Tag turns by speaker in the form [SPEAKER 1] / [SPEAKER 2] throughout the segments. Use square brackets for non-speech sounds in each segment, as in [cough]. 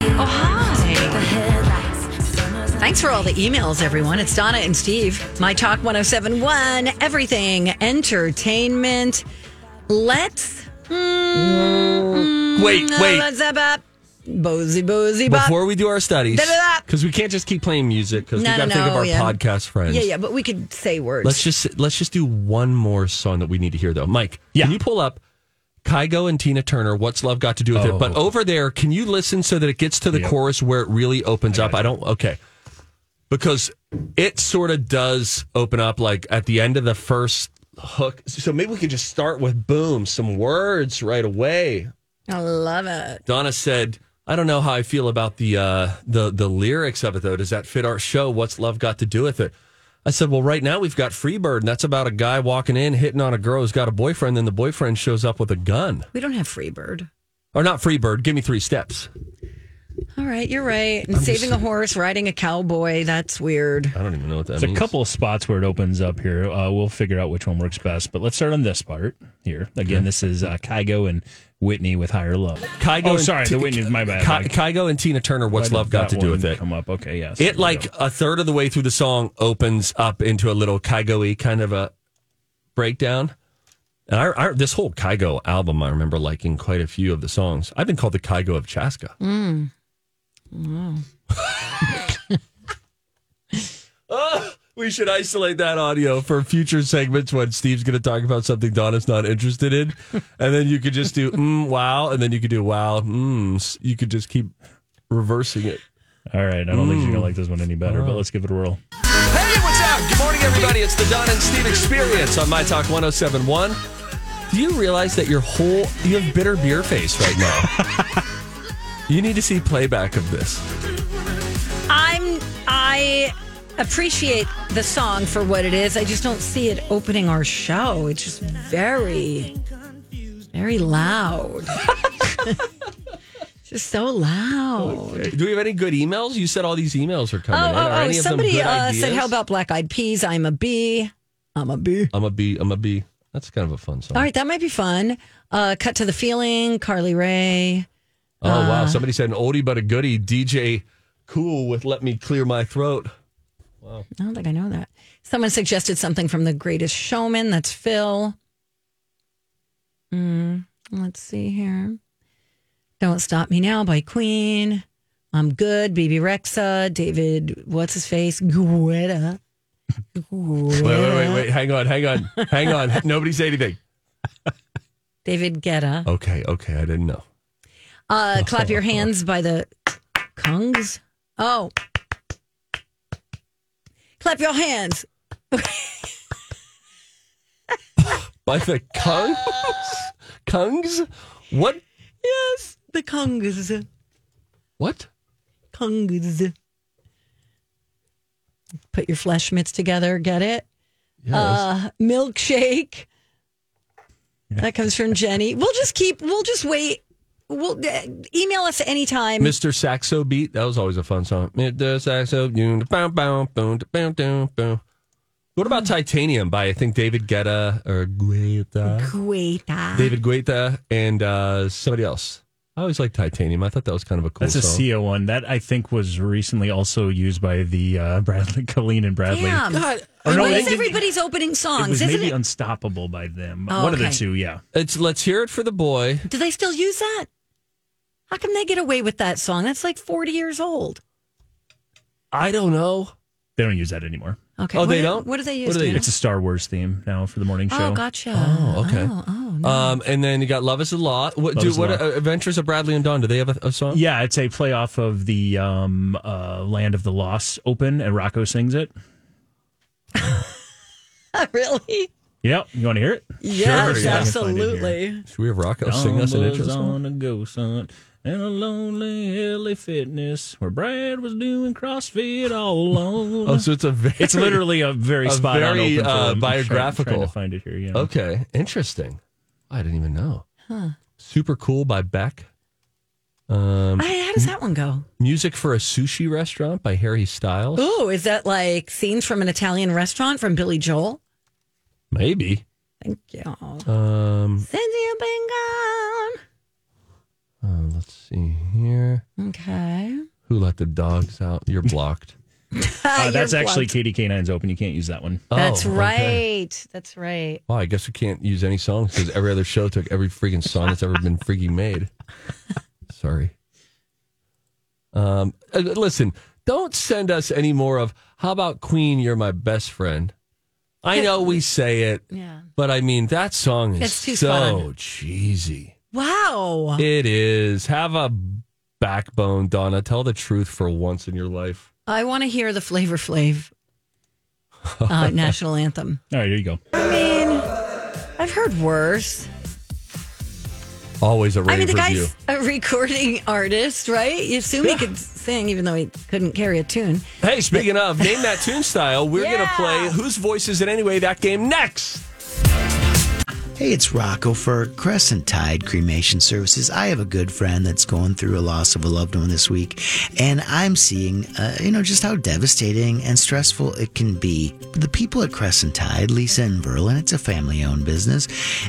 [SPEAKER 1] Oh, hi.
[SPEAKER 2] Thanks for all the emails, everyone. It's Donna and Steve. My Talk 1071, everything entertainment. Let's.
[SPEAKER 3] Wait,
[SPEAKER 2] Mm,
[SPEAKER 3] wait.
[SPEAKER 2] What's up, up? Bozy, bozy, bop.
[SPEAKER 3] Before we do our studies,
[SPEAKER 2] Da, da, da.
[SPEAKER 3] because we can't just keep playing music because
[SPEAKER 2] No,
[SPEAKER 3] we got to
[SPEAKER 2] no,
[SPEAKER 3] think of
[SPEAKER 2] no,
[SPEAKER 3] our
[SPEAKER 2] yeah.
[SPEAKER 3] podcast friends.
[SPEAKER 2] yeah, yeah, but we could say words.
[SPEAKER 3] Let's just let's just do one more song that we need to hear though. Mike, can you pull up Kygo and Tina Turner, What's Love Got to Do with It? But over there, can you listen so that it gets to the chorus where it really opens up? I don't okay. Because it sort of does open up like at the end of the first hook. So maybe we could just start with boom, some words right away.
[SPEAKER 2] I love it.
[SPEAKER 3] Donna said, I don't know how I feel about the uh, the the lyrics of it though. Does that fit our show? What's love got to do with it? I said, Well, right now we've got Freebird, and that's about a guy walking in, hitting on a girl who's got a boyfriend, then the boyfriend shows up with a gun.
[SPEAKER 2] We don't have Freebird.
[SPEAKER 3] Or not Freebird, give me three steps.
[SPEAKER 2] All right, you're right. And saving a horse, riding a cowboy, that's weird.
[SPEAKER 3] I don't even know what that
[SPEAKER 4] There's a
[SPEAKER 3] means.
[SPEAKER 4] couple of spots where it opens up here. Uh, we'll figure out which one works best, but let's start on this part here. Again, this is uh, Kygo and Whitney with Higher Love.
[SPEAKER 3] Kygo
[SPEAKER 4] oh,
[SPEAKER 3] and
[SPEAKER 4] sorry,
[SPEAKER 3] Ti-
[SPEAKER 4] the Whitney. My bad.
[SPEAKER 3] Ky-
[SPEAKER 4] I-
[SPEAKER 3] Kygo and Tina Turner,
[SPEAKER 4] why
[SPEAKER 3] What's
[SPEAKER 4] did
[SPEAKER 3] Love Got
[SPEAKER 4] that
[SPEAKER 3] to Do
[SPEAKER 4] one
[SPEAKER 3] with It?
[SPEAKER 4] Come up, okay, yes.
[SPEAKER 3] It like a third of the way through the song opens up into a little Kygo-y kind of a breakdown. And I, I, this whole Kygo album, I remember liking quite a few of the songs. I've been called the Kygo of Chaska. [laughs] Oh, we should isolate that audio for future segments when Steve's going to talk about something Donna's not interested in, and then you could just do mm, wow, and then you could do wow. Mm, S- you could just keep reversing it.
[SPEAKER 4] All right, I don't think you're gonna like this one any better, but let's give it a whirl.
[SPEAKER 3] Hey, what's up? Good morning, everybody. It's the Don and Steve Experience on My Talk 1071. Do you realize that your whole, you have bitter beer face right now?
[SPEAKER 2] [laughs]
[SPEAKER 3] you need to see playback of this.
[SPEAKER 2] I'm I appreciate the song for what it is. I just don't see it opening our show. It's just very very loud. [laughs] It's just so loud.
[SPEAKER 3] Do we have any good emails? You said all these emails are coming
[SPEAKER 2] Oh,
[SPEAKER 3] in. Are
[SPEAKER 2] oh, oh.
[SPEAKER 3] any of them
[SPEAKER 2] Somebody
[SPEAKER 3] good
[SPEAKER 2] uh, said,
[SPEAKER 3] ideas?
[SPEAKER 2] How about black eyed peas? I'm a bee. I'm a bee.
[SPEAKER 3] I'm a bee. I'm a bee. That's kind of a fun song.
[SPEAKER 2] All right, that might be fun. Uh, Cut to the feeling, Carly Ray.
[SPEAKER 3] Oh,
[SPEAKER 2] Uh.
[SPEAKER 3] wow. Somebody said an oldie but a goodie. DJ Cool with Let Me Clear My Throat.
[SPEAKER 2] I don't think I know that. Someone suggested something from The Greatest Showman. That's Phil. Mm, let's see here. Don't Stop Me Now by Queen. I'm Good, BB Rexa, David, what's his face? Guetta.
[SPEAKER 3] Wait, wait, wait, wait. Hang on, hang on,
[SPEAKER 2] [laughs]
[SPEAKER 3] hang on. Nobody say anything.
[SPEAKER 2] David Guetta.
[SPEAKER 3] Okay, okay. I didn't know.
[SPEAKER 2] Uh, Clap Your Hands by the Kungs. Oh. Clap Your Hands.
[SPEAKER 3] By the
[SPEAKER 4] [laughs]
[SPEAKER 3] Kungs? Kungs? What?
[SPEAKER 2] Yes, the Kungs.
[SPEAKER 3] What?
[SPEAKER 2] Kungs. Put your flesh mitts together. Get it? Uh, milkshake. That comes from Jenny. We'll just keep. We'll just wait. We'll uh, email us anytime.
[SPEAKER 3] Mr. Saxo Beat. That was always a fun song. Mr. Saxo. you- bow, bow, boom, da, bow, down, bow. What about Titanium by, I think, David Guetta or Guetta?
[SPEAKER 2] Guetta.
[SPEAKER 3] David Guetta and uh, somebody else. I always liked Titanium. I thought that was kind of a cool
[SPEAKER 4] That's a
[SPEAKER 3] song.
[SPEAKER 4] CO one that I think was recently also used by the uh, [laughs] Bradley Colleen and Bradley.
[SPEAKER 2] Damn.
[SPEAKER 3] God.
[SPEAKER 4] Or no,
[SPEAKER 2] what
[SPEAKER 4] they
[SPEAKER 2] is
[SPEAKER 4] did-
[SPEAKER 2] everybody's opening
[SPEAKER 4] It was
[SPEAKER 2] songs? Isn't
[SPEAKER 4] maybe
[SPEAKER 2] it?
[SPEAKER 4] Unstoppable by them. One
[SPEAKER 2] Oh,
[SPEAKER 4] of the
[SPEAKER 2] okay.
[SPEAKER 4] two, yeah.
[SPEAKER 3] It's Let's Hear It for the Boy.
[SPEAKER 2] Do they still use that? How come they get away with that song? That's like forty years old.
[SPEAKER 3] I don't know.
[SPEAKER 4] They don't use that anymore.
[SPEAKER 2] Okay.
[SPEAKER 3] Oh,
[SPEAKER 2] what
[SPEAKER 3] they
[SPEAKER 2] do-
[SPEAKER 3] don't?
[SPEAKER 2] What do they use?
[SPEAKER 3] What do they
[SPEAKER 2] now?
[SPEAKER 3] use?
[SPEAKER 4] It's a Star Wars theme now for the morning show.
[SPEAKER 2] Oh, gotcha.
[SPEAKER 3] Oh, okay.
[SPEAKER 2] Oh, oh, [laughs] no.
[SPEAKER 3] Um, and then you got Love is a Law. What,
[SPEAKER 4] Love
[SPEAKER 3] do,
[SPEAKER 4] Is a
[SPEAKER 3] what
[SPEAKER 4] Law.
[SPEAKER 3] uh, Adventures of Bradley and Dawn? Do they have a, a song?
[SPEAKER 4] Yeah, it's a play off of the um, uh, Land of the Lost Open, and Rocco sings it.
[SPEAKER 2] really?
[SPEAKER 4] Yep, you want to hear it?
[SPEAKER 2] Yes,
[SPEAKER 4] yeah.
[SPEAKER 2] absolutely.
[SPEAKER 3] Should we have Rocco sing us an intro
[SPEAKER 4] Numbers
[SPEAKER 3] song?
[SPEAKER 4] on a ghost hunt and a lonely LA Fitness where Brad was doing CrossFit
[SPEAKER 3] [laughs]
[SPEAKER 4] all alone.
[SPEAKER 3] Oh, so it's a very,
[SPEAKER 4] it's literally a very
[SPEAKER 3] a
[SPEAKER 4] spot on
[SPEAKER 3] very,
[SPEAKER 4] open for
[SPEAKER 3] uh,
[SPEAKER 4] them. I'm trying-
[SPEAKER 3] biographical.
[SPEAKER 4] trying to find it here. Yeah.
[SPEAKER 3] Okay, interesting. I didn't even know. Super cool by Beck. Um,
[SPEAKER 2] Hey, how does that one go?
[SPEAKER 3] music for a sushi restaurant by Harry Styles.
[SPEAKER 2] Ooh, is that like scenes from an Italian restaurant from Billy Joel?
[SPEAKER 3] Maybe.
[SPEAKER 2] Thank you.
[SPEAKER 3] Um,
[SPEAKER 2] Cynthia Bingham.
[SPEAKER 3] uh, let's see here.
[SPEAKER 2] Okay.
[SPEAKER 3] the dogs out. You're blocked.
[SPEAKER 4] Uh, that's
[SPEAKER 2] You're
[SPEAKER 4] actually
[SPEAKER 2] blunt.
[SPEAKER 4] Katie Canine's open. You can't use that one.
[SPEAKER 2] That's
[SPEAKER 3] Oh, okay.
[SPEAKER 2] right. That's right.
[SPEAKER 3] Well, I guess we can't use any songs because every other show took every freaking song that's ever been
[SPEAKER 2] [laughs]
[SPEAKER 3] freaking made. Sorry. Um, uh, listen, don't send us any more of "How about Queen? You're my best friend." I know
[SPEAKER 2] [laughs]
[SPEAKER 3] we say it,
[SPEAKER 2] Yeah.
[SPEAKER 3] but I mean that song is
[SPEAKER 2] It's too
[SPEAKER 3] so
[SPEAKER 2] fun.
[SPEAKER 3] cheesy.
[SPEAKER 2] Wow.
[SPEAKER 3] It is. Have a backbone, Donna. Tell the truth for once in your life.
[SPEAKER 2] I want to hear the Flavor Flav
[SPEAKER 4] [laughs]
[SPEAKER 2] uh, national anthem.
[SPEAKER 4] All right, here you go.
[SPEAKER 2] I mean, I've heard worse.
[SPEAKER 3] Always a rave
[SPEAKER 2] I mean, the
[SPEAKER 3] review.
[SPEAKER 2] guy's a recording artist, right? You assume he could sing, even though he couldn't carry a tune.
[SPEAKER 3] Hey, speaking of, name that tune style. We're going to
[SPEAKER 2] Yeah.
[SPEAKER 3] play Whose Voice Is It Anyway? That game next.
[SPEAKER 1] Hey, it's Rocco for Crescent Tide Cremation Services. I have a good friend that's going through a loss of a loved one this week, and I'm seeing, uh, you know, just how devastating and stressful it can be. The people at Crescent Tide, Lisa and Verlin, it's a family owned business,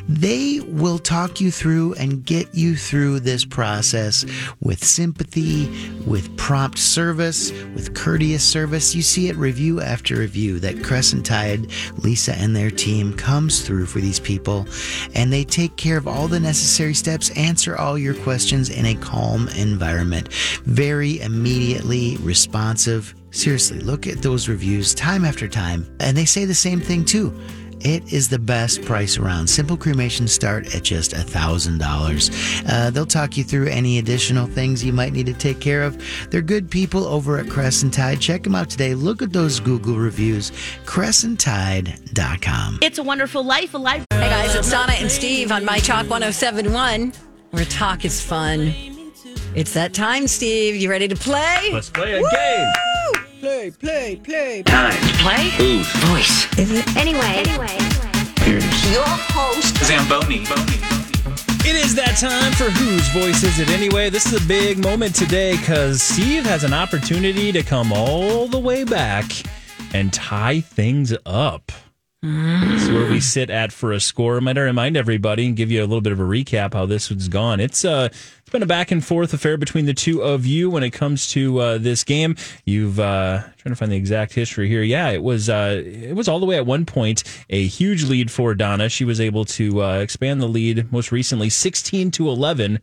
[SPEAKER 1] they will talk you through and get you through this process with sympathy, with prompt service, with courteous service. You see it review after review that Crescent Tide, Lisa and their team comes through for these people and they take care of all the necessary steps, answer all your questions in a calm environment. Very immediately responsive. Seriously, look at those reviews time after time and they say the same thing too. It is the best price around. Simple cremations start at just $1,000. Uh, they'll talk you through any additional things you might need to take care of. They're good people over at Crescent Tide. Check them out today. Look at those Google reviews. CrescentTide.com.
[SPEAKER 5] It's a Wonderful Life, a life.
[SPEAKER 2] Hey guys, it's Donna and Steve on My Talk 1071, where talk is fun. It's that time, Steve. You ready to play?
[SPEAKER 3] Let's play a game.
[SPEAKER 2] Play, play, play.
[SPEAKER 6] Play? Whose voice?
[SPEAKER 7] Anyway, anyway, your host
[SPEAKER 6] Zamboni.
[SPEAKER 4] It is that time for Whose Voice Is It Anyway? This is a big moment today because Steve has an opportunity to come all the way back and tie things up. This is
[SPEAKER 3] Mm.
[SPEAKER 4] where we sit at for a score. I'm going to remind everybody and give you a little bit of a recap how this one's gone. It's uh, it's been a back and forth affair between the two of you when it comes to uh, this game. You've uh, trying to find the exact history here. Yeah, it was uh, it was all the way at one point a huge lead for Donna. She was able to uh, expand the lead most recently 16 to 11,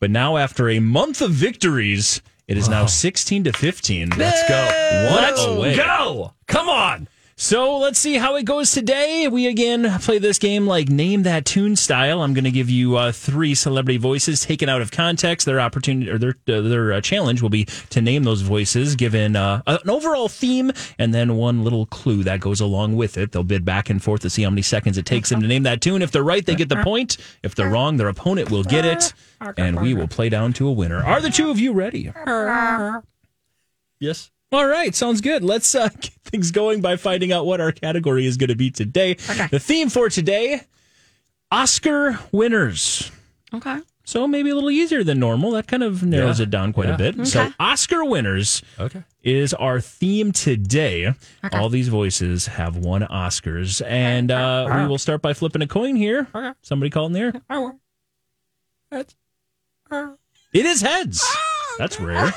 [SPEAKER 4] but now after a month of victories, it is now 16 to 15.
[SPEAKER 3] Let's go.
[SPEAKER 4] One
[SPEAKER 3] Let's
[SPEAKER 4] away.
[SPEAKER 3] go. Come on.
[SPEAKER 4] So let's see how it goes today. We again play this game like Name That Tune style. I'm going to give you uh, three celebrity voices taken out of context. Their opportunity or their uh, their uh, challenge will be to name those voices, given uh, an overall theme and then one little clue that goes along with it. They'll bid back and forth to see how many seconds it takes them to name that tune. If they're right, they get the point. If they're wrong, their opponent will get it, and we will play down to a winner. Are the two of you ready?
[SPEAKER 3] Yes.
[SPEAKER 4] All right, sounds good. Let's uh, [laughs] get things going by finding out what our category is going to be today. The theme for today Oscar winners.
[SPEAKER 2] Okay.
[SPEAKER 4] So maybe a little easier than normal. That kind of narrows
[SPEAKER 3] Yeah,
[SPEAKER 4] it down quite
[SPEAKER 3] yeah.
[SPEAKER 4] a bit. So, Oscar winners
[SPEAKER 3] Okay.
[SPEAKER 4] is our theme today. All these voices have won Oscars. And uh, we will start by flipping a coin here. Somebody call in the air. It is heads.
[SPEAKER 3] Ah,
[SPEAKER 4] That's rare.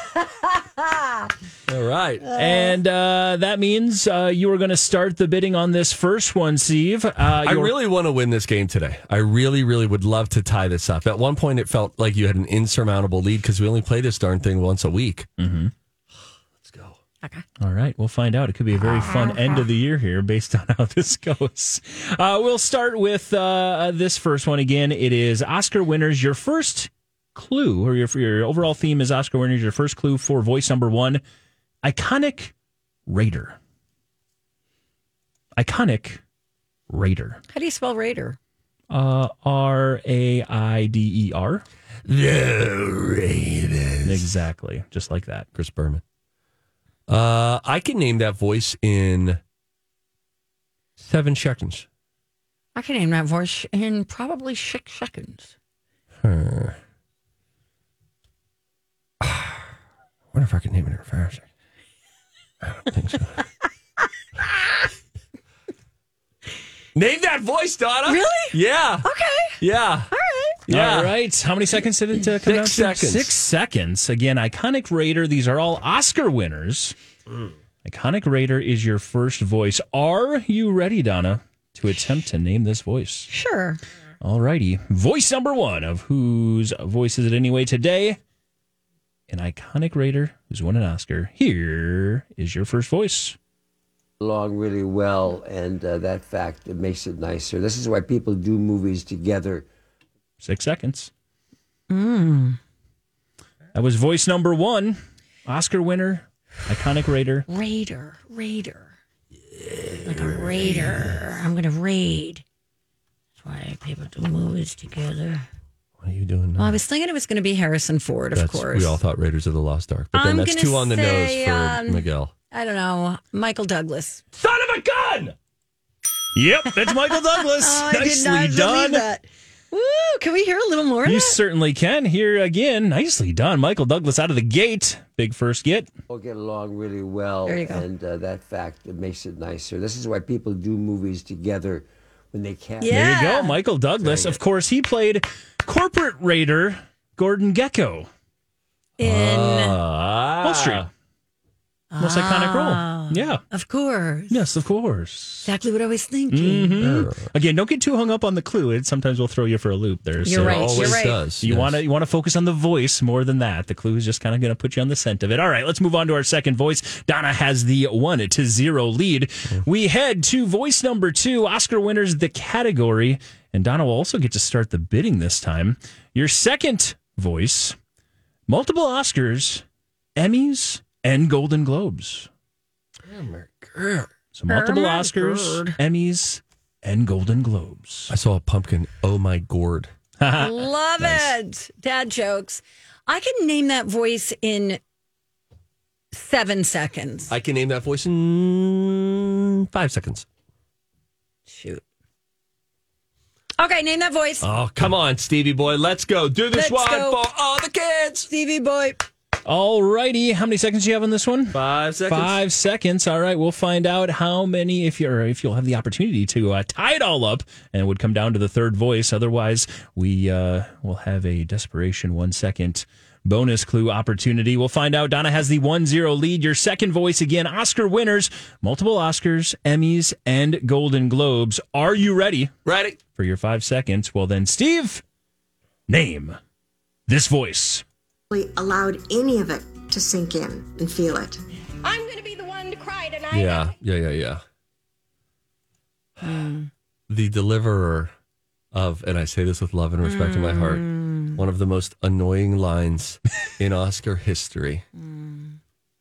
[SPEAKER 3] All right.
[SPEAKER 4] And uh, that means uh, you are going to start the bidding on this first one, Steve. Uh,
[SPEAKER 3] I
[SPEAKER 4] your-
[SPEAKER 3] really want to win this game today. I really, really would love to tie this up. At one point, it felt like you had an insurmountable lead because we only play this darn thing once a week.
[SPEAKER 4] All right, we'll find out. It could be a very fun end of the year here based on how [laughs] this goes. Uh, we'll start with uh, this first one again. It is Oscar winners. Your first clue, or your, your overall theme is Oscar winners. Your first clue for voice number one iconic Raider. Iconic Raider.
[SPEAKER 2] How do you spell Raider?
[SPEAKER 4] Uh, R A I D E R.
[SPEAKER 3] The Ravens.
[SPEAKER 4] Exactly, just like that.
[SPEAKER 3] Chris Berman. Uh, I can name that voice in seven seconds.
[SPEAKER 2] I can name that voice in probably six seconds.
[SPEAKER 3] [sighs] Her. wonder if I can name it in five seconds. I don't [laughs] think so. name that voice, Donna.
[SPEAKER 2] Really?
[SPEAKER 3] Yeah.
[SPEAKER 2] Okay.
[SPEAKER 3] Yeah. All right. Yeah.
[SPEAKER 4] All right. How many seconds did it uh, come
[SPEAKER 3] Six
[SPEAKER 4] down to?
[SPEAKER 3] seconds.
[SPEAKER 4] Six seconds. Again, Iconic Raider. These are all Oscar winners.
[SPEAKER 3] Hmm.
[SPEAKER 4] Iconic Raider is your first voice. Are you ready, Donna, to attempt to name this voice?
[SPEAKER 2] Sure.
[SPEAKER 4] Alrighty. Voice number one of whose voice is it anyway today? An iconic Raider who's won an Oscar. Here is your first voice.
[SPEAKER 5] along really well, and uh, that fact it makes it nicer. This is why people do movies together.
[SPEAKER 4] Six seconds.
[SPEAKER 2] Mm.
[SPEAKER 4] That was voice number one. Oscar winner, iconic Raider.
[SPEAKER 2] Raider, raider. Like a raider. I'm going to raid. That's why people do movies together.
[SPEAKER 3] What are you doing?
[SPEAKER 2] Well, I was thinking it was going to be Harrison Ford, of
[SPEAKER 3] That's-
[SPEAKER 2] course.
[SPEAKER 3] We all thought Raiders of the Lost Ark, but
[SPEAKER 2] I'm
[SPEAKER 3] then that's
[SPEAKER 2] gonna
[SPEAKER 3] too on the
[SPEAKER 2] say,
[SPEAKER 3] nose for
[SPEAKER 2] um,
[SPEAKER 3] Miguel.
[SPEAKER 2] I don't know. Michael Douglas.
[SPEAKER 3] Son of a gun!
[SPEAKER 4] Yep,
[SPEAKER 2] [laughs]
[SPEAKER 4] that's Michael Douglas.
[SPEAKER 2] Oh,
[SPEAKER 4] Nicely done.
[SPEAKER 2] that. Woo! Can we hear a little more of
[SPEAKER 4] You
[SPEAKER 2] that?
[SPEAKER 4] certainly can. Here again, nicely done. Michael Douglas out of the gate. Big first get.
[SPEAKER 5] All get along really well,
[SPEAKER 2] There you go.
[SPEAKER 5] and uh, that fact it makes it nicer. This is why people do movies together when they can't.
[SPEAKER 2] Yeah.
[SPEAKER 4] There you go, Michael Douglas. Of course, he played corporate raider Gordon Gecko.
[SPEAKER 2] In,
[SPEAKER 3] Ah.
[SPEAKER 4] Wall Street. Most
[SPEAKER 2] Ah.
[SPEAKER 4] iconic role. Yeah.
[SPEAKER 2] of course.
[SPEAKER 4] Yes, of course.
[SPEAKER 2] Exactly what I was thinking.
[SPEAKER 3] Mm-hmm.
[SPEAKER 4] Again, don't get too hung up on the clue. It sometimes will throw you for a loop there.
[SPEAKER 2] You're
[SPEAKER 4] so
[SPEAKER 2] right.
[SPEAKER 3] Always
[SPEAKER 2] You're right.
[SPEAKER 3] does.
[SPEAKER 4] You
[SPEAKER 3] yes.
[SPEAKER 4] want to you want to focus on the voice more than that. The clue is just kind of going to put you on the scent of it. All right, let's move on to our second voice. Donna has the one to zero lead. We head to voice number two. Oscar winners the category, and Donna will also get to start the bidding this time. Your second voice, multiple Oscars, Emmys, and Golden Globes. So multiple
[SPEAKER 2] Oh my
[SPEAKER 4] Oscars,
[SPEAKER 2] God.
[SPEAKER 4] Emmys, and Golden Globes.
[SPEAKER 3] I saw a pumpkin. Oh my gourd!
[SPEAKER 2] Love it. Dad jokes. I can name that voice in seven seconds.
[SPEAKER 3] I can name that voice in five seconds.
[SPEAKER 2] Shoot. Okay, name that voice.
[SPEAKER 3] Oh come on, Stevie boy, let's go. Do
[SPEAKER 2] Let's
[SPEAKER 3] this one
[SPEAKER 2] go.
[SPEAKER 3] for all the kids.
[SPEAKER 2] Stevie Boy.
[SPEAKER 4] All righty, how many seconds do you have on this one?
[SPEAKER 3] Five seconds.
[SPEAKER 4] Five seconds. All right, we'll find out how many if you're if you'll have the opportunity to uh, tie it all up, and it would come down to the third voice. Otherwise, we uh, will have a desperation one second bonus clue opportunity. We'll find out. Donna has the 1-0 lead. Your second voice again. Oscar winners, multiple Oscars, Emmys, and Golden Globes. Are you ready
[SPEAKER 3] Ready?
[SPEAKER 4] for your five seconds? Well, then, Steve, name this voice.
[SPEAKER 8] really allowed any of it to sink in and feel it.
[SPEAKER 7] I'm going to be the one to cry tonight.
[SPEAKER 3] Yeah, yeah, yeah, yeah.
[SPEAKER 2] Hmm.
[SPEAKER 3] The deliverer of, and I say this with love and respect in my heart,
[SPEAKER 2] Hmm.
[SPEAKER 3] one of the most annoying lines
[SPEAKER 2] [laughs]
[SPEAKER 3] in Oscar history.
[SPEAKER 2] Hmm.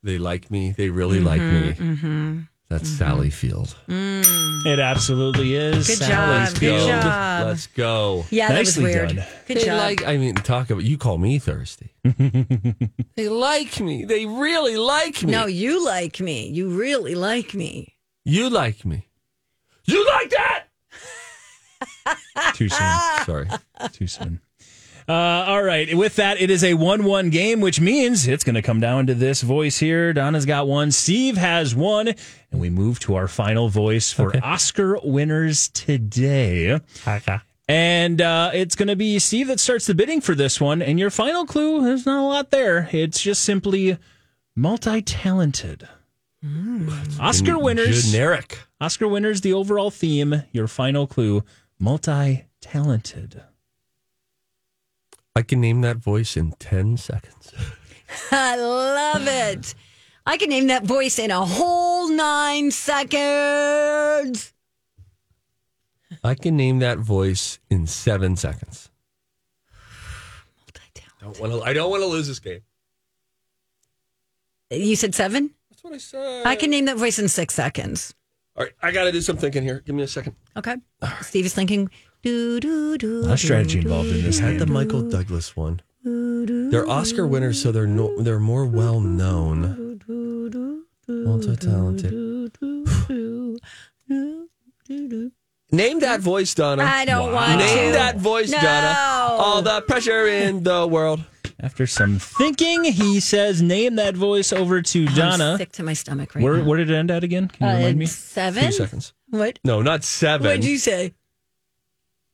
[SPEAKER 3] They like me. They really
[SPEAKER 2] Mm-hmm,
[SPEAKER 3] like me. That's Sally Field.
[SPEAKER 4] It absolutely is.
[SPEAKER 2] Good
[SPEAKER 4] Sally
[SPEAKER 2] job. Good
[SPEAKER 4] Field.
[SPEAKER 2] job.
[SPEAKER 3] Let's go.
[SPEAKER 2] Yeah,
[SPEAKER 4] Nicely
[SPEAKER 2] that was weird.
[SPEAKER 4] done.
[SPEAKER 2] Good
[SPEAKER 3] they
[SPEAKER 2] job.
[SPEAKER 3] like. I mean, talk about you call
[SPEAKER 2] [laughs]
[SPEAKER 3] me thirsty. they like me. They really like me.
[SPEAKER 2] no, you like me. You really like me. [laughs]
[SPEAKER 3] you like me. You like that?
[SPEAKER 4] Too soon.
[SPEAKER 2] Ah.
[SPEAKER 3] Sorry.
[SPEAKER 4] Too soon. Uh, all right. With that, it is a 1 1 game, which means it's going to come down to this voice here. Donna's got one. Steve has one. And we move to our final voice for Oscar winners today. And uh, it's going to be Steve that starts the bidding for this one. And your final clue, there's not a lot there. It's just simply multi talented. Oscar winners.
[SPEAKER 3] Generic.
[SPEAKER 4] Oscar winners, the overall theme, your final clue, multi talented.
[SPEAKER 3] I can name that voice in 10 seconds.
[SPEAKER 2] I love it. I can name that voice in a whole nine seconds.
[SPEAKER 3] I can name that voice in seven seconds. Don't wanna, I don't want to lose this game.
[SPEAKER 2] You said seven?
[SPEAKER 3] That's what I said.
[SPEAKER 2] I can name that voice in six seconds.
[SPEAKER 3] All right, I got to do some thinking here. Give me a second.
[SPEAKER 2] Okay. Steve is thinking. Do, do, do,
[SPEAKER 4] A lot of strategy involved in
[SPEAKER 3] I
[SPEAKER 4] this
[SPEAKER 3] had the
[SPEAKER 4] game.
[SPEAKER 3] Michael Douglas one. They're Oscar winners, so they're no, they're more well known. Multi talented. Name that voice, Donna.
[SPEAKER 2] I don't want to.
[SPEAKER 3] Name that voice, Donna.
[SPEAKER 2] No.
[SPEAKER 3] All the pressure in the world.
[SPEAKER 4] After some thinking, he says, name that voice over to
[SPEAKER 2] I'm
[SPEAKER 4] Donna.
[SPEAKER 2] sick to my stomach right
[SPEAKER 4] Where,
[SPEAKER 2] now.
[SPEAKER 4] where did it end at again? Can you
[SPEAKER 2] Uh,
[SPEAKER 4] remind me?
[SPEAKER 3] Two
[SPEAKER 2] Seven?
[SPEAKER 3] seconds.
[SPEAKER 2] What?
[SPEAKER 3] No, not seven.
[SPEAKER 2] What'd you say?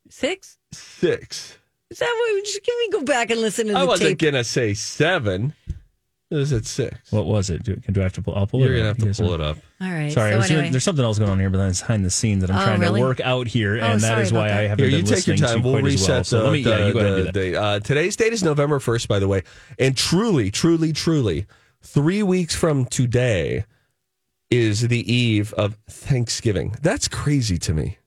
[SPEAKER 2] Six?
[SPEAKER 3] Six.
[SPEAKER 2] Is that what? Just, can we go back and listen to the
[SPEAKER 3] I
[SPEAKER 2] tape?
[SPEAKER 3] wasn't going to say seven. It was at six.
[SPEAKER 4] What was it? Do, do I have to pull? I'll pull
[SPEAKER 3] You're
[SPEAKER 4] it.
[SPEAKER 3] going to
[SPEAKER 4] up.
[SPEAKER 3] have to
[SPEAKER 4] Yes,
[SPEAKER 3] pull
[SPEAKER 4] sir.
[SPEAKER 3] it up.
[SPEAKER 2] All right.
[SPEAKER 4] Sorry, I
[SPEAKER 2] so
[SPEAKER 4] was doing-
[SPEAKER 2] anyway,
[SPEAKER 4] there's something else going on here behind the scenes that I'm
[SPEAKER 2] Oh,
[SPEAKER 4] trying
[SPEAKER 2] really?
[SPEAKER 4] to work out here,
[SPEAKER 2] Oh,
[SPEAKER 4] and that
[SPEAKER 2] sorry
[SPEAKER 4] is why
[SPEAKER 2] about that.
[SPEAKER 4] I haven't
[SPEAKER 3] Here,
[SPEAKER 4] been
[SPEAKER 3] you take your
[SPEAKER 4] listening to
[SPEAKER 3] time. We'll
[SPEAKER 4] quite as
[SPEAKER 3] reset
[SPEAKER 4] well. So
[SPEAKER 3] the,
[SPEAKER 4] let me, yeah,
[SPEAKER 3] the-
[SPEAKER 4] you go ahead
[SPEAKER 3] the
[SPEAKER 4] and do that.
[SPEAKER 3] date. Uh, today's date is November 1st, by the way. And truly, truly, truly, three weeks from today is the eve of Thanksgiving. That's crazy to me.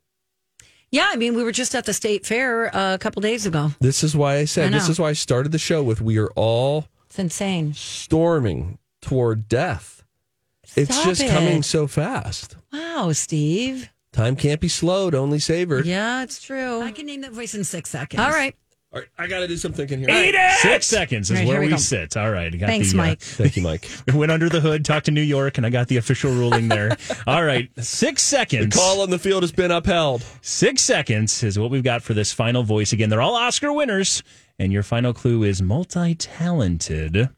[SPEAKER 2] yeah, I mean, we were just at the state fair uh, a couple days ago.
[SPEAKER 3] This is why I
[SPEAKER 2] I
[SPEAKER 3] said, this
[SPEAKER 2] know.
[SPEAKER 3] is why I started the show with we are all
[SPEAKER 2] It's insane.
[SPEAKER 3] storming toward death. It's
[SPEAKER 2] Stop
[SPEAKER 3] just
[SPEAKER 2] it.
[SPEAKER 3] coming so fast.
[SPEAKER 2] Wow, Steve.
[SPEAKER 3] Time can't be slowed, only savored.
[SPEAKER 2] Yeah, it's true. I can name that voice in six seconds. All [laughs] right.
[SPEAKER 3] All right, I got to do something in here.
[SPEAKER 4] Six
[SPEAKER 3] [laughs]
[SPEAKER 4] seconds is
[SPEAKER 2] Right,
[SPEAKER 4] where
[SPEAKER 2] here we
[SPEAKER 4] we,
[SPEAKER 2] go.
[SPEAKER 4] sit. All right. I got
[SPEAKER 2] Thanks,
[SPEAKER 4] the, uh,
[SPEAKER 2] Mike.
[SPEAKER 3] Thank you, Mike.
[SPEAKER 4] I [laughs] went under the hood, talked to New York, and I got the official ruling
[SPEAKER 2] [laughs]
[SPEAKER 4] there. All right, six seconds.
[SPEAKER 3] Call on the field has been upheld.
[SPEAKER 4] Six seconds is what we've got for this final voice. Again, they're all Oscar winners, and your final clue is multi-talented.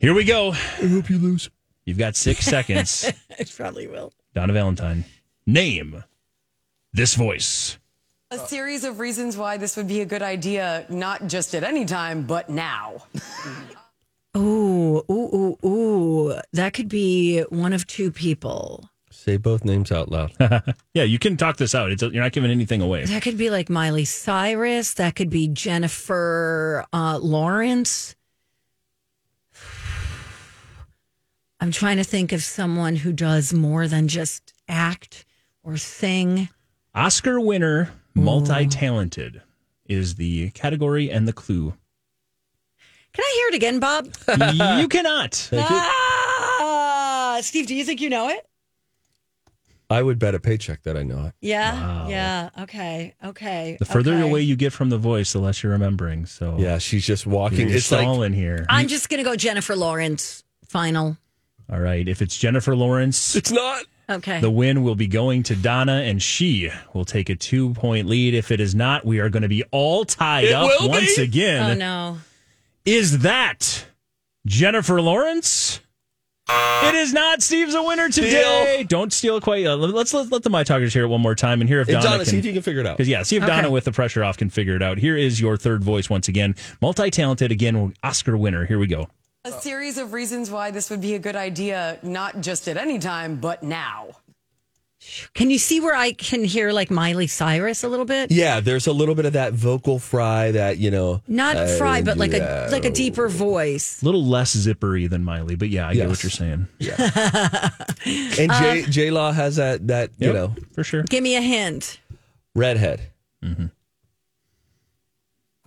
[SPEAKER 4] Here we go. I hope you lose. You've got
[SPEAKER 3] [laughs]
[SPEAKER 4] six seconds.
[SPEAKER 2] I probably will.
[SPEAKER 4] Donna Valentine, name this voice.
[SPEAKER 9] A series of reasons why this would be a good idea, not just at any time, but now.
[SPEAKER 2] [laughs] Ooh, ooh, ooh, ooh. That could be one of two people.
[SPEAKER 3] Say both names
[SPEAKER 4] [laughs]
[SPEAKER 3] out loud.
[SPEAKER 4] Yeah, you can talk this out. It's, you're not giving anything away.
[SPEAKER 2] That could be like Miley Cyrus. That could be Jennifer uh, Lawrence. [sighs] I'm trying to think of someone who does more than just act or sing.
[SPEAKER 4] Oscar winner, multi-talented is the category and the
[SPEAKER 3] [laughs]
[SPEAKER 4] clue.
[SPEAKER 2] Can I hear it again, Bob?
[SPEAKER 4] you cannot.
[SPEAKER 2] ah, Steve, do you think you know it?
[SPEAKER 3] I would bet a paycheck that I know it.
[SPEAKER 2] Yeah. Yeah. Okay. Okay.
[SPEAKER 4] The further
[SPEAKER 2] okay.
[SPEAKER 4] away you get from the voice, the less you're remembering. So
[SPEAKER 3] Yeah, she's just walking.
[SPEAKER 4] Oh. you're
[SPEAKER 3] It's like
[SPEAKER 4] stalling here.
[SPEAKER 2] I'm just gonna go Jennifer Lawrence final.
[SPEAKER 4] All right, if it's Jennifer
[SPEAKER 3] [laughs]
[SPEAKER 4] Lawrence,
[SPEAKER 3] [laughs] it's not.
[SPEAKER 2] Okay. Oh,
[SPEAKER 4] the win will be going to Donna, and she will take a two point lead. If it is not, we are going to be all tied
[SPEAKER 3] It
[SPEAKER 4] up
[SPEAKER 3] will be.
[SPEAKER 4] once again.
[SPEAKER 2] oh no.
[SPEAKER 4] Is that Jennifer Lawrence?
[SPEAKER 3] Ah.
[SPEAKER 4] It is not. Steve's a winner today. Don't steal quite. Uh, let's let, let the my talkers hear it one more time and hear if
[SPEAKER 3] Donna,
[SPEAKER 4] Donna,
[SPEAKER 3] Donna
[SPEAKER 4] can.
[SPEAKER 3] see if you can figure it out.
[SPEAKER 4] 'Cause, yeah, see if Donna with the pressure off can figure it out. Here is your third voice once again. Multi talented again, Oscar winner. Here we go.
[SPEAKER 9] A series of reasons why this would be a good idea, not just at any time, but now.
[SPEAKER 2] Can you see where I can hear like Miley Cyrus a little bit?
[SPEAKER 3] Yeah, there's a little bit of that vocal fry that, you know.
[SPEAKER 2] Not
[SPEAKER 3] uh,
[SPEAKER 2] Fry, but like a like a deeper voice.
[SPEAKER 4] A little less zippery than Miley, but yeah, I get
[SPEAKER 3] Yes.
[SPEAKER 4] what you're saying.
[SPEAKER 3] And J, J Law has that, that you
[SPEAKER 4] Yep,
[SPEAKER 3] know,
[SPEAKER 4] for sure.
[SPEAKER 2] Give me a hint.
[SPEAKER 3] redhead.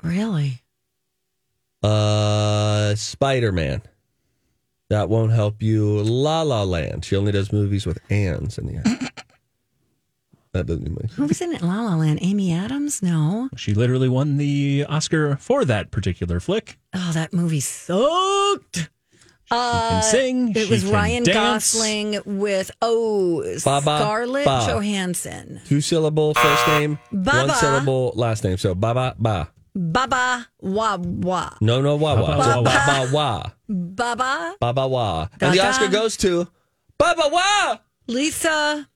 [SPEAKER 2] Really?
[SPEAKER 3] Uh, Spider Man. That won't help you. La La Land. She only does movies with ands in the end. that doesn't mean much.
[SPEAKER 2] Who was in it? La La Land. Amy Adams? No.
[SPEAKER 4] She literally won the Oscar for that particular flick.
[SPEAKER 2] Oh, that movie sucked.
[SPEAKER 4] She can sing.
[SPEAKER 2] Uh, It
[SPEAKER 4] she
[SPEAKER 2] was
[SPEAKER 4] can
[SPEAKER 2] Ryan
[SPEAKER 4] dance.
[SPEAKER 2] Gosling with oh
[SPEAKER 3] Baba
[SPEAKER 2] Scarlett
[SPEAKER 3] Ba.
[SPEAKER 2] Johansson.
[SPEAKER 3] Two syllable first name,
[SPEAKER 2] Baba.
[SPEAKER 3] one syllable last name. So Baba Ba.
[SPEAKER 2] Baba Wah Wah.
[SPEAKER 3] No, no, Wawa.
[SPEAKER 4] Baba Wawa.
[SPEAKER 3] Just Baba Wa.
[SPEAKER 2] Baba
[SPEAKER 3] Baba Wa. And the
[SPEAKER 2] Gaga.
[SPEAKER 3] Oscar goes to Baba Wa.
[SPEAKER 2] Lisa.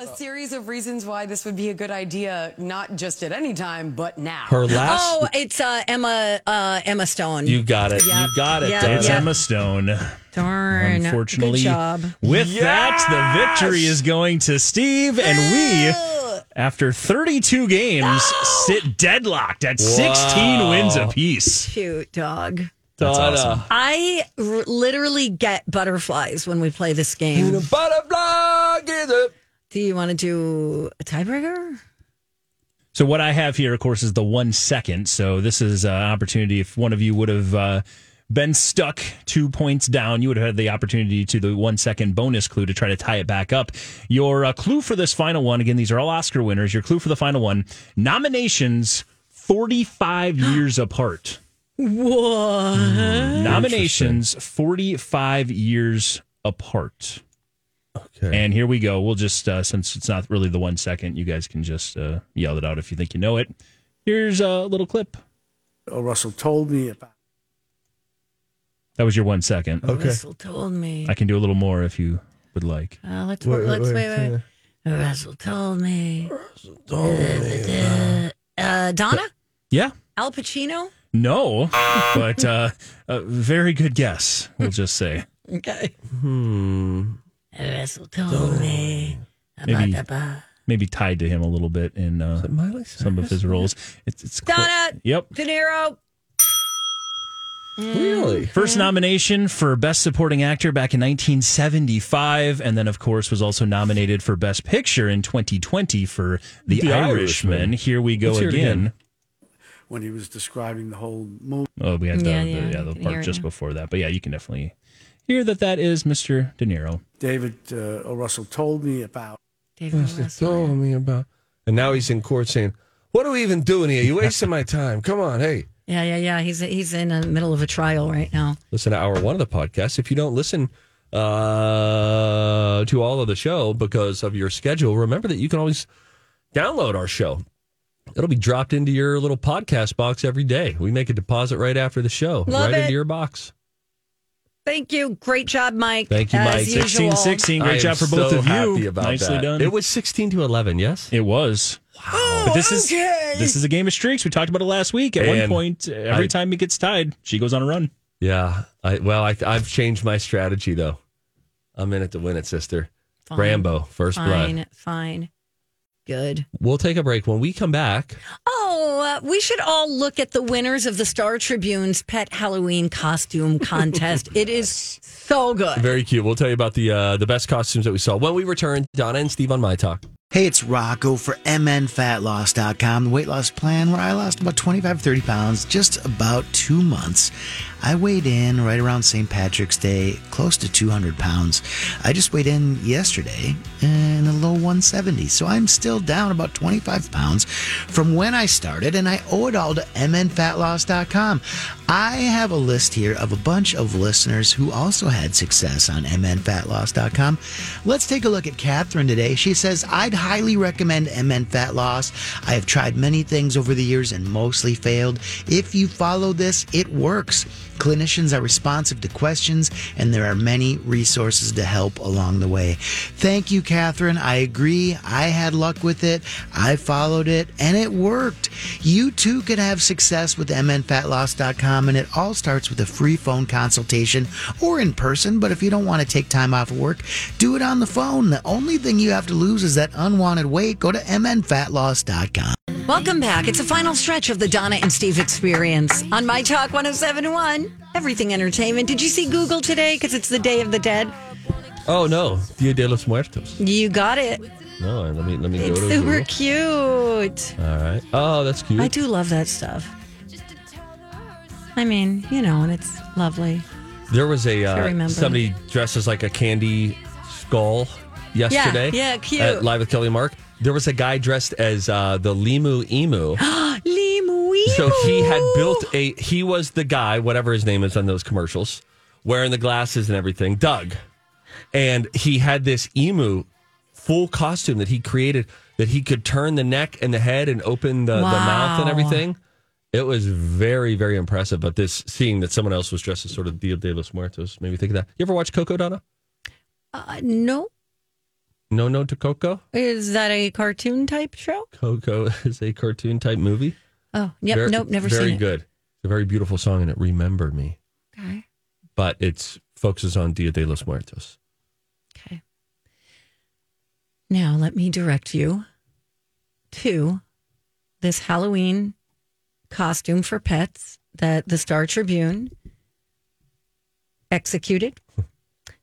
[SPEAKER 9] A series of reasons why this would be a good idea, not just at any time, but now.
[SPEAKER 3] Her last.
[SPEAKER 2] Oh, it's uh, Emma uh, Emma Stone.
[SPEAKER 3] You got it.
[SPEAKER 2] Yep.
[SPEAKER 3] You got it.
[SPEAKER 2] Yep.
[SPEAKER 3] Donna.
[SPEAKER 4] It's
[SPEAKER 2] Yeah.
[SPEAKER 4] Emma Stone.
[SPEAKER 2] Darn.
[SPEAKER 4] Unfortunately,
[SPEAKER 2] Good job.
[SPEAKER 4] with that, the victory is going to Steve, and we,
[SPEAKER 2] Ugh.
[SPEAKER 4] after 32 games, sit deadlocked at 16 wins apiece.
[SPEAKER 2] Cute dog.
[SPEAKER 4] That's
[SPEAKER 3] Donna.
[SPEAKER 4] awesome.
[SPEAKER 2] I r- literally get butterflies when we play this game.
[SPEAKER 3] Butterfly is a-
[SPEAKER 2] Do you want to do a tiebreaker?
[SPEAKER 4] So what I have here, of course, is the one second. So this is an opportunity. If one of you would have uh, been stuck two points down, you would have had the opportunity to the one second bonus clue to try to tie it back up. Your uh, clue for this final one, again, these are all Oscar winners. Your clue for the final one: nominations forty-five years apart.
[SPEAKER 2] What?
[SPEAKER 4] Nominations forty-five years apart.
[SPEAKER 3] Okay.
[SPEAKER 4] And here we go. We'll just uh, since it's not really the one second, you guys can just uh, yell it out if you think you know it. Here's a little clip.
[SPEAKER 10] Oh, Russell told me about.
[SPEAKER 4] That was your one second.
[SPEAKER 2] Russell told me.
[SPEAKER 4] I can do a little more if you would like.
[SPEAKER 2] Uh, let's wait, let's wait. wait, Russell told me. Uh, Donna.
[SPEAKER 4] Yeah.
[SPEAKER 2] Al Pacino? [laughs]
[SPEAKER 4] No, but uh, a very good guess, we'll just say.
[SPEAKER 2] Okay.
[SPEAKER 4] Maybe, maybe tied to him a little bit in uh,
[SPEAKER 3] Miley
[SPEAKER 4] some of his roles. It's, it's clo-
[SPEAKER 2] Donna.
[SPEAKER 4] Yep.
[SPEAKER 2] De Niro.
[SPEAKER 3] Really?
[SPEAKER 4] First nomination for Best Supporting Actor back in 1975, and then, of course, was also nominated for Best Picture in 2020 for The,
[SPEAKER 3] The
[SPEAKER 4] Irishman.
[SPEAKER 3] Irishman.
[SPEAKER 4] Here we go
[SPEAKER 3] Let's hear it again.
[SPEAKER 4] again.
[SPEAKER 10] when he was describing the whole movie.
[SPEAKER 4] Oh, we had the,
[SPEAKER 2] Yeah,
[SPEAKER 4] the-
[SPEAKER 2] yeah,
[SPEAKER 4] yeah,
[SPEAKER 2] you
[SPEAKER 4] the
[SPEAKER 2] can hear
[SPEAKER 4] part
[SPEAKER 2] it
[SPEAKER 4] just
[SPEAKER 2] now.
[SPEAKER 4] before that. But yeah, you can definitely hear that that is Mr. De Niro.
[SPEAKER 10] David uh, O. Russell told me about.
[SPEAKER 2] David
[SPEAKER 3] Told me about. And now he's in court saying, "What are we even doing here? You wasting my time. Come on, hey."
[SPEAKER 2] Yeah, yeah, yeah. He's he's in the middle of a trial right now.
[SPEAKER 3] listen to hour one of the podcast. If you don't listen uh, to all of the show because of your schedule, remember that you can always download our show. It'll be dropped into your little podcast box every day. We make a deposit right after the show,
[SPEAKER 2] Love
[SPEAKER 3] right
[SPEAKER 2] it.
[SPEAKER 3] into your box.
[SPEAKER 2] Thank you. Great job, Mike. Uh,
[SPEAKER 3] Thank you,
[SPEAKER 2] As
[SPEAKER 3] Mike.
[SPEAKER 2] Usual.
[SPEAKER 4] 16 16.
[SPEAKER 3] I
[SPEAKER 4] Great
[SPEAKER 3] am
[SPEAKER 4] job for both
[SPEAKER 3] so
[SPEAKER 4] of you.
[SPEAKER 3] happy about
[SPEAKER 4] Nicely
[SPEAKER 3] that.
[SPEAKER 4] done.
[SPEAKER 3] It was sixteen to eleven. Yes.
[SPEAKER 4] It was. Wow. But this is this is a game of streaks. We talked about it last week. At one
[SPEAKER 3] And
[SPEAKER 4] point, every
[SPEAKER 3] I-
[SPEAKER 4] time he gets tied, she goes on a run.
[SPEAKER 3] Yeah. I, well, I, I've changed my strategy though. I'm in it to win it, sister. Rambo, first
[SPEAKER 2] Fine,
[SPEAKER 3] blood.
[SPEAKER 2] fine. Good.
[SPEAKER 3] We'll take a break. When we come back,
[SPEAKER 2] Oh, uh, we should all look at the winners of the Star Tribune's pet Halloween costume contest.
[SPEAKER 3] [laughs]
[SPEAKER 2] it is so good.
[SPEAKER 3] Very cute. We'll tell you about the uh, the best costumes that we saw when we return. Donna and Steve on my talk.
[SPEAKER 1] Hey, it's Rocco for MNFatLoss.com, the weight loss plan where I lost about 25, 30 pounds, just about two months. I weighed in right around St. Patrick's Day, close to 200 pounds. I just weighed in yesterday in the low 170s, so I'm still down about 25 pounds from when I started, and I owe it all to MNFatLoss.com. I have a list here of a bunch of listeners who also had success on MNFatLoss.com. Let's take a look at Catherine today. She says, I'd highly recommend MN Fat Loss. I have tried many things over the years and mostly failed. If you follow this, it works. Clinicians are responsive to questions, and there are many resources to help along the way. Thank you, Catherine. I agree. I had luck with it. I followed it, and it worked. You too could have success with MNFatLoss.com, and it all starts with a free phone consultation or in person. But if you don't want to take time off of work, do it on the phone. The only thing you have to lose is that unwanted weight. Go to MNFatLoss.com.
[SPEAKER 2] Welcome back. It's a final stretch of the Donna and Steve experience on My Talk 1071, Everything Entertainment. Did you see Google today? Because it's the Day of the Dead.
[SPEAKER 3] Oh no, Dia de los Muertos.
[SPEAKER 2] You got it.
[SPEAKER 3] No, uh, let me let me
[SPEAKER 2] It's
[SPEAKER 3] go to
[SPEAKER 2] super
[SPEAKER 3] Google.
[SPEAKER 2] cute.
[SPEAKER 3] All right. Oh, that's cute.
[SPEAKER 2] I do love that stuff. I mean, you know, and it's lovely. [gasps]
[SPEAKER 3] There was a
[SPEAKER 2] I
[SPEAKER 3] uh,
[SPEAKER 2] remember.
[SPEAKER 3] somebody dressed as like a candy skull yesterday.
[SPEAKER 2] yeah, cute.
[SPEAKER 3] at Live with Kelly and Mark. There was a guy dressed as uh, the Limu Emu.
[SPEAKER 2] Limu.
[SPEAKER 3] So he had built a. He was the guy, whatever his name is on those commercials, wearing the glasses and everything. Doug, and he had this emu full costume that he created that he could turn the neck and the head and open the, the mouth and
[SPEAKER 2] Wow.
[SPEAKER 3] everything. It was very very impressive. But this seeing that someone else was dressed as sort of Dia de los Muertos made me think of that. You ever watch Coco Donna?
[SPEAKER 2] Uh, no.
[SPEAKER 3] No, no to Coco.
[SPEAKER 2] Is that a cartoon type show?
[SPEAKER 3] Coco [laughs] is a cartoon type movie.
[SPEAKER 2] Oh, yep.
[SPEAKER 3] Very-
[SPEAKER 2] nope. Never
[SPEAKER 3] Very
[SPEAKER 2] seen it.
[SPEAKER 3] good. It's a very beautiful song, and it remember me.
[SPEAKER 2] Okay.
[SPEAKER 3] but it's focuses on Dia de los Muertos.
[SPEAKER 2] Okay. Now let me direct you to this Halloween costume for pets that the Star Tribune executed.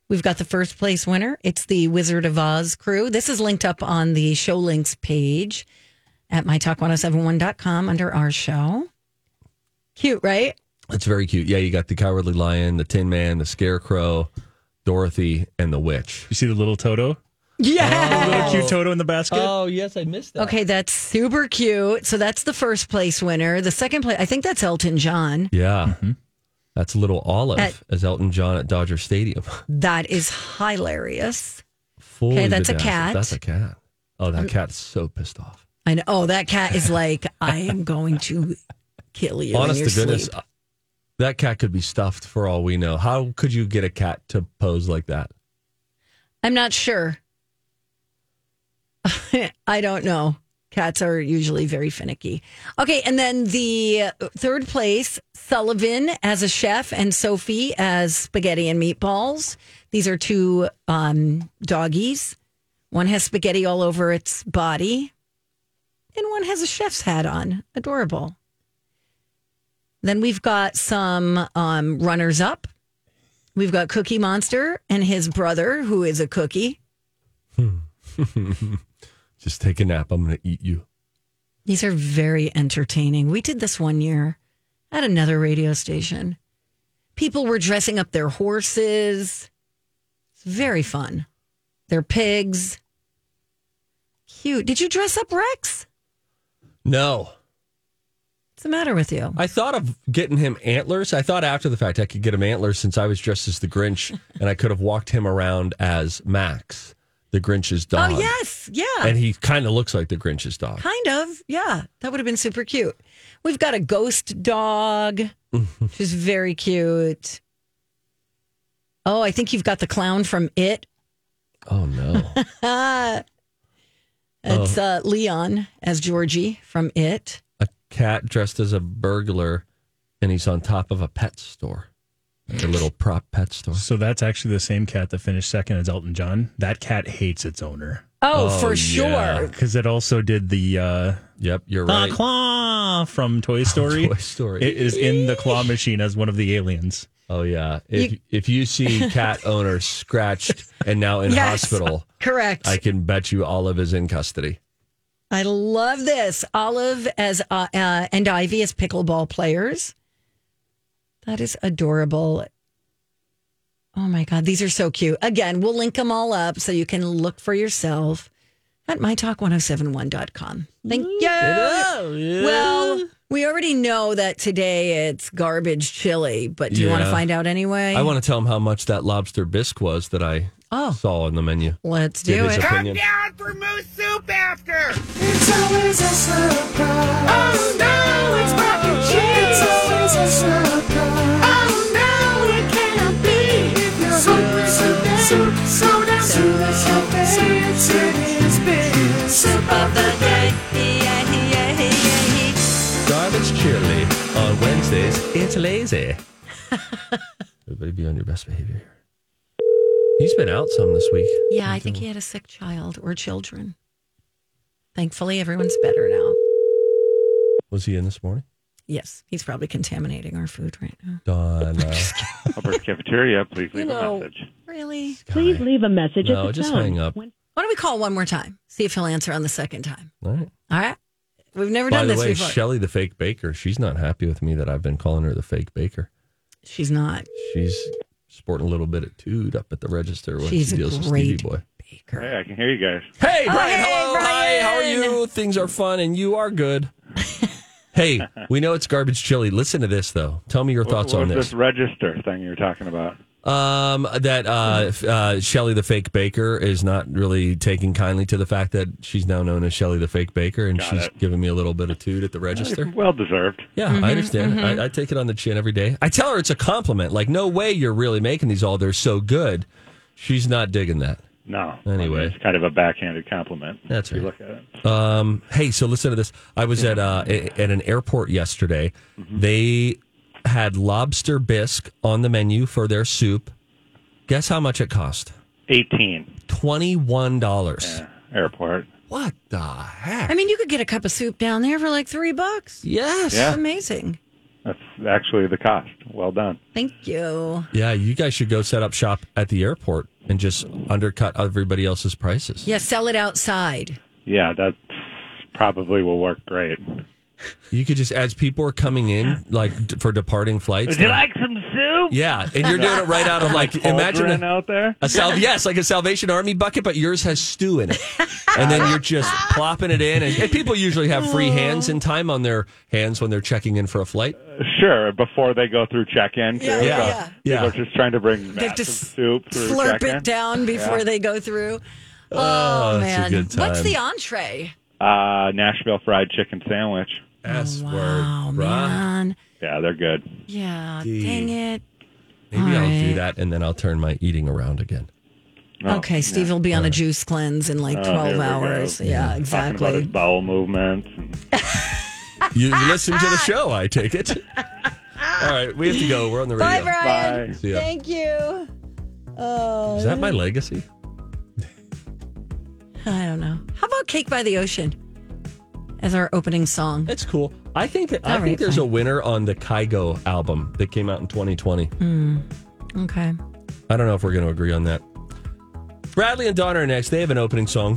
[SPEAKER 2] We've got the first place winner. It's the Wizard of Oz crew. This is linked up on the show links page at mytalk1071.com under our show. Cute, right?
[SPEAKER 3] It's very cute. Yeah, you got the Cowardly Lion, the Tin Man, the Scarecrow, Dorothy, and the Witch.
[SPEAKER 4] You see the little Toto?
[SPEAKER 2] Yeah.
[SPEAKER 4] Little
[SPEAKER 3] Oh.
[SPEAKER 4] cute Toto in the basket?
[SPEAKER 3] yes, I missed that.
[SPEAKER 2] Okay, that's super cute. So that's the first place winner. The second place, I think that's Elton John.
[SPEAKER 3] Yeah. That's Little Olive
[SPEAKER 2] At-
[SPEAKER 3] as Elton John at Dodger Stadium. [laughs]
[SPEAKER 2] That is hilarious.
[SPEAKER 3] Fully
[SPEAKER 2] Okay, that's a
[SPEAKER 3] bedazzled.
[SPEAKER 2] cat.
[SPEAKER 3] That's a cat. Oh, that cat's so pissed off.
[SPEAKER 2] I know. Oh, that cat is like, I am going to kill you. in
[SPEAKER 3] Honest
[SPEAKER 2] your
[SPEAKER 3] to goodness,
[SPEAKER 2] sleep.
[SPEAKER 3] uh, that cat could be stuffed for all we know. How could you get a cat to pose like that?
[SPEAKER 2] I'm not sure. [laughs] I don't know. Cats are usually very finicky. Okay, and then the third place, Sullivan as a chef and Sophie as spaghetti and meatballs. These are two um, doggies. One has spaghetti all over its body, and one has a chef's hat on. Adorable. Then we've got some um, runners up. We've got Cookie Monster and his brother, who is a cookie.
[SPEAKER 3] Just take a nap. I'm going to eat you.
[SPEAKER 2] These are very entertaining. We did this one year at another radio station. People were dressing up their horses. It's very fun. Their pigs. Cute. Did you dress up Rex?
[SPEAKER 3] No.
[SPEAKER 2] What's the matter with you?
[SPEAKER 3] I thought of getting him antlers. I thought after the fact I could get him antlers since I was dressed as the Grinch and I could have walked him around as Max, the Grinch's dog.
[SPEAKER 2] Oh, yes. Yeah.
[SPEAKER 3] And he kind of looks like the Grinch's dog.
[SPEAKER 2] Kind of. Yeah. That would have been super cute. We've got a ghost
[SPEAKER 3] [laughs]
[SPEAKER 2] dog, which is very cute. Oh, I think you've got the clown from It.
[SPEAKER 3] Oh, no. Oh.
[SPEAKER 2] It's uh, Leon as Georgie from It.
[SPEAKER 3] a cat dressed as a burglar and he's on top of a pet store, like a little prop pet store.
[SPEAKER 4] So that's actually the same cat that finished second as Elton John. That cat hates its owner.
[SPEAKER 2] Oh,
[SPEAKER 3] Oh,
[SPEAKER 2] for
[SPEAKER 3] yeah.
[SPEAKER 2] sure.
[SPEAKER 4] Because it also did the uh,
[SPEAKER 3] Yep, you're
[SPEAKER 4] the
[SPEAKER 3] right.
[SPEAKER 4] claw from Toy Story.
[SPEAKER 3] Toy Story.
[SPEAKER 4] It is in the claw machine as one of the aliens.
[SPEAKER 3] Oh yeah. If if you see cat owner scratched and now in
[SPEAKER 2] Yes.
[SPEAKER 3] hospital,
[SPEAKER 2] Correct.
[SPEAKER 3] I
[SPEAKER 2] I,
[SPEAKER 3] can bet you Olive is in custody.
[SPEAKER 2] love this. Olive as uh, uh, and Ivy as pickleball players. That is adorable. Oh my God, these are so cute. Again, we'll link them all up so you can look for yourself at mytalk1071.com. Thank you. Well, we already know that today it's garbage chili, but do you want to
[SPEAKER 3] Yeah.
[SPEAKER 2] find out anyway?
[SPEAKER 3] I want to tell him how much that lobster bisque was that I
[SPEAKER 2] Oh.
[SPEAKER 3] saw on the menu.
[SPEAKER 2] Let's
[SPEAKER 3] Get
[SPEAKER 2] do
[SPEAKER 3] his
[SPEAKER 2] it.
[SPEAKER 3] opinion. Garbage chili on Wednesdays. It's lazy.
[SPEAKER 2] [laughs]
[SPEAKER 3] Everybody be on your best behavior here. He's been out some this week.
[SPEAKER 2] Yeah, I think he had a sick child or children. Thankfully, everyone's better now.
[SPEAKER 3] Was he in this morning?
[SPEAKER 2] Yes, he's probably contaminating our food right now.
[SPEAKER 3] Donna.
[SPEAKER 2] You know, really?
[SPEAKER 3] Please leave a message. No, just hang up.
[SPEAKER 2] Why don't we call one more time? See if he'll answer on the second time.
[SPEAKER 3] All right.
[SPEAKER 2] All right. We've never
[SPEAKER 3] By
[SPEAKER 2] done
[SPEAKER 3] the
[SPEAKER 2] this
[SPEAKER 3] way,
[SPEAKER 2] before.
[SPEAKER 3] Shelly, the fake baker, she's not happy with me that I've been calling her the fake baker.
[SPEAKER 2] She's not.
[SPEAKER 3] She's sporting a little bit of toot up at the register when
[SPEAKER 2] She's
[SPEAKER 3] she
[SPEAKER 2] a
[SPEAKER 3] deals with
[SPEAKER 2] great
[SPEAKER 3] Stevie Boy.
[SPEAKER 2] baker.
[SPEAKER 3] Hey, Brian,
[SPEAKER 2] hey,
[SPEAKER 3] hello. Hi, how are you? Things are fun and you are good. hey, we know it's garbage chili. Listen to this, though. Tell me your thoughts on this.
[SPEAKER 11] register thing you're talking about.
[SPEAKER 3] Um, that uh, f- uh, Shelly the fake baker is not really taking kindly to the fact that she's now known as Shelly the fake baker, and she's giving me a little bit of toot at the
[SPEAKER 11] [laughs]
[SPEAKER 3] register.
[SPEAKER 11] Well deserved.
[SPEAKER 3] Yeah, I understand. I, I take it on the chin every day. I tell her it's a compliment. Like, no way you're really making these all. They're so good. She's not digging that.
[SPEAKER 11] No.
[SPEAKER 3] Anyway.
[SPEAKER 11] it's kind of a backhanded compliment.
[SPEAKER 3] That's
[SPEAKER 11] if you
[SPEAKER 3] right.
[SPEAKER 11] look at it.
[SPEAKER 3] Um, hey, so listen to this. I was at uh, a- at an airport yesterday. They had lobster bisque on the menu for their soup. Guess how much it cost?
[SPEAKER 11] 18
[SPEAKER 3] Twenty one dollars.
[SPEAKER 11] airport.
[SPEAKER 3] What the heck?
[SPEAKER 2] I mean, you could get a cup of soup down there for like three bucks.
[SPEAKER 3] yes.
[SPEAKER 11] Yeah.
[SPEAKER 2] Amazing.
[SPEAKER 11] That's actually the cost. Well done.
[SPEAKER 2] Thank you.
[SPEAKER 3] Yeah, you guys should go set up shop at the airport and just undercut everybody else's prices.
[SPEAKER 2] Yeah, sell it outside.
[SPEAKER 11] Yeah, that probably will work great.
[SPEAKER 3] You could just, as people are coming in, like d- for departing flights.
[SPEAKER 11] Would you like some soup?
[SPEAKER 3] Yeah, and you're doing it right out of like imagine
[SPEAKER 11] Cauldron
[SPEAKER 3] a,
[SPEAKER 11] out there.
[SPEAKER 3] a sal- yes, like a Salvation Army bucket, but yours has stew in it, and then you're just plopping it in. And, and people usually have free hands and time on their hands when they're checking in for a flight.
[SPEAKER 11] Uh, Sure, before they go through check-in.
[SPEAKER 2] Yeah, yeah,
[SPEAKER 11] too, so
[SPEAKER 2] yeah.
[SPEAKER 11] people
[SPEAKER 3] Yeah.
[SPEAKER 11] are just trying to bring
[SPEAKER 2] They have to
[SPEAKER 11] massive
[SPEAKER 2] s-
[SPEAKER 11] soup through
[SPEAKER 2] Slurp
[SPEAKER 11] check-in.
[SPEAKER 2] it down before they go through. Oh,
[SPEAKER 3] Oh, it's a
[SPEAKER 2] man.
[SPEAKER 3] good
[SPEAKER 2] What's
[SPEAKER 3] time.
[SPEAKER 2] the entree?
[SPEAKER 11] Uh, Nashville fried chicken sandwich.
[SPEAKER 3] S word,
[SPEAKER 2] Wow,
[SPEAKER 3] bruh.
[SPEAKER 2] man.
[SPEAKER 11] Yeah, they're good.
[SPEAKER 2] Yeah,
[SPEAKER 3] Gee.
[SPEAKER 2] dang it.
[SPEAKER 3] Maybe I'll
[SPEAKER 2] All right.
[SPEAKER 3] do that, and then I'll turn my eating around again.
[SPEAKER 11] Oh,
[SPEAKER 2] okay, Steve will be on a juice cleanse in like
[SPEAKER 11] Oh,
[SPEAKER 2] 12
[SPEAKER 11] here we go.
[SPEAKER 2] hours. Yeah,
[SPEAKER 11] Talking about his
[SPEAKER 2] exactly.
[SPEAKER 11] bowel movements. and-
[SPEAKER 3] You listen to
[SPEAKER 2] [laughs]
[SPEAKER 3] the show, I take it. All right, we have to go. We're on the radio.
[SPEAKER 2] Bye, Brian.
[SPEAKER 11] Bye.
[SPEAKER 3] See ya.
[SPEAKER 2] Thank you. Oh,
[SPEAKER 3] Is that my legacy?
[SPEAKER 2] I don't know. How about Cake by the Ocean as our opening song?
[SPEAKER 3] That's cool. I think I
[SPEAKER 2] All
[SPEAKER 3] think
[SPEAKER 2] right,
[SPEAKER 3] there's
[SPEAKER 2] fine.
[SPEAKER 3] a winner on the Kygo album that came out in 2020.
[SPEAKER 2] Okay.
[SPEAKER 3] I don't know if we're going to agree on that. Bradley and Donna are next. They have an opening song.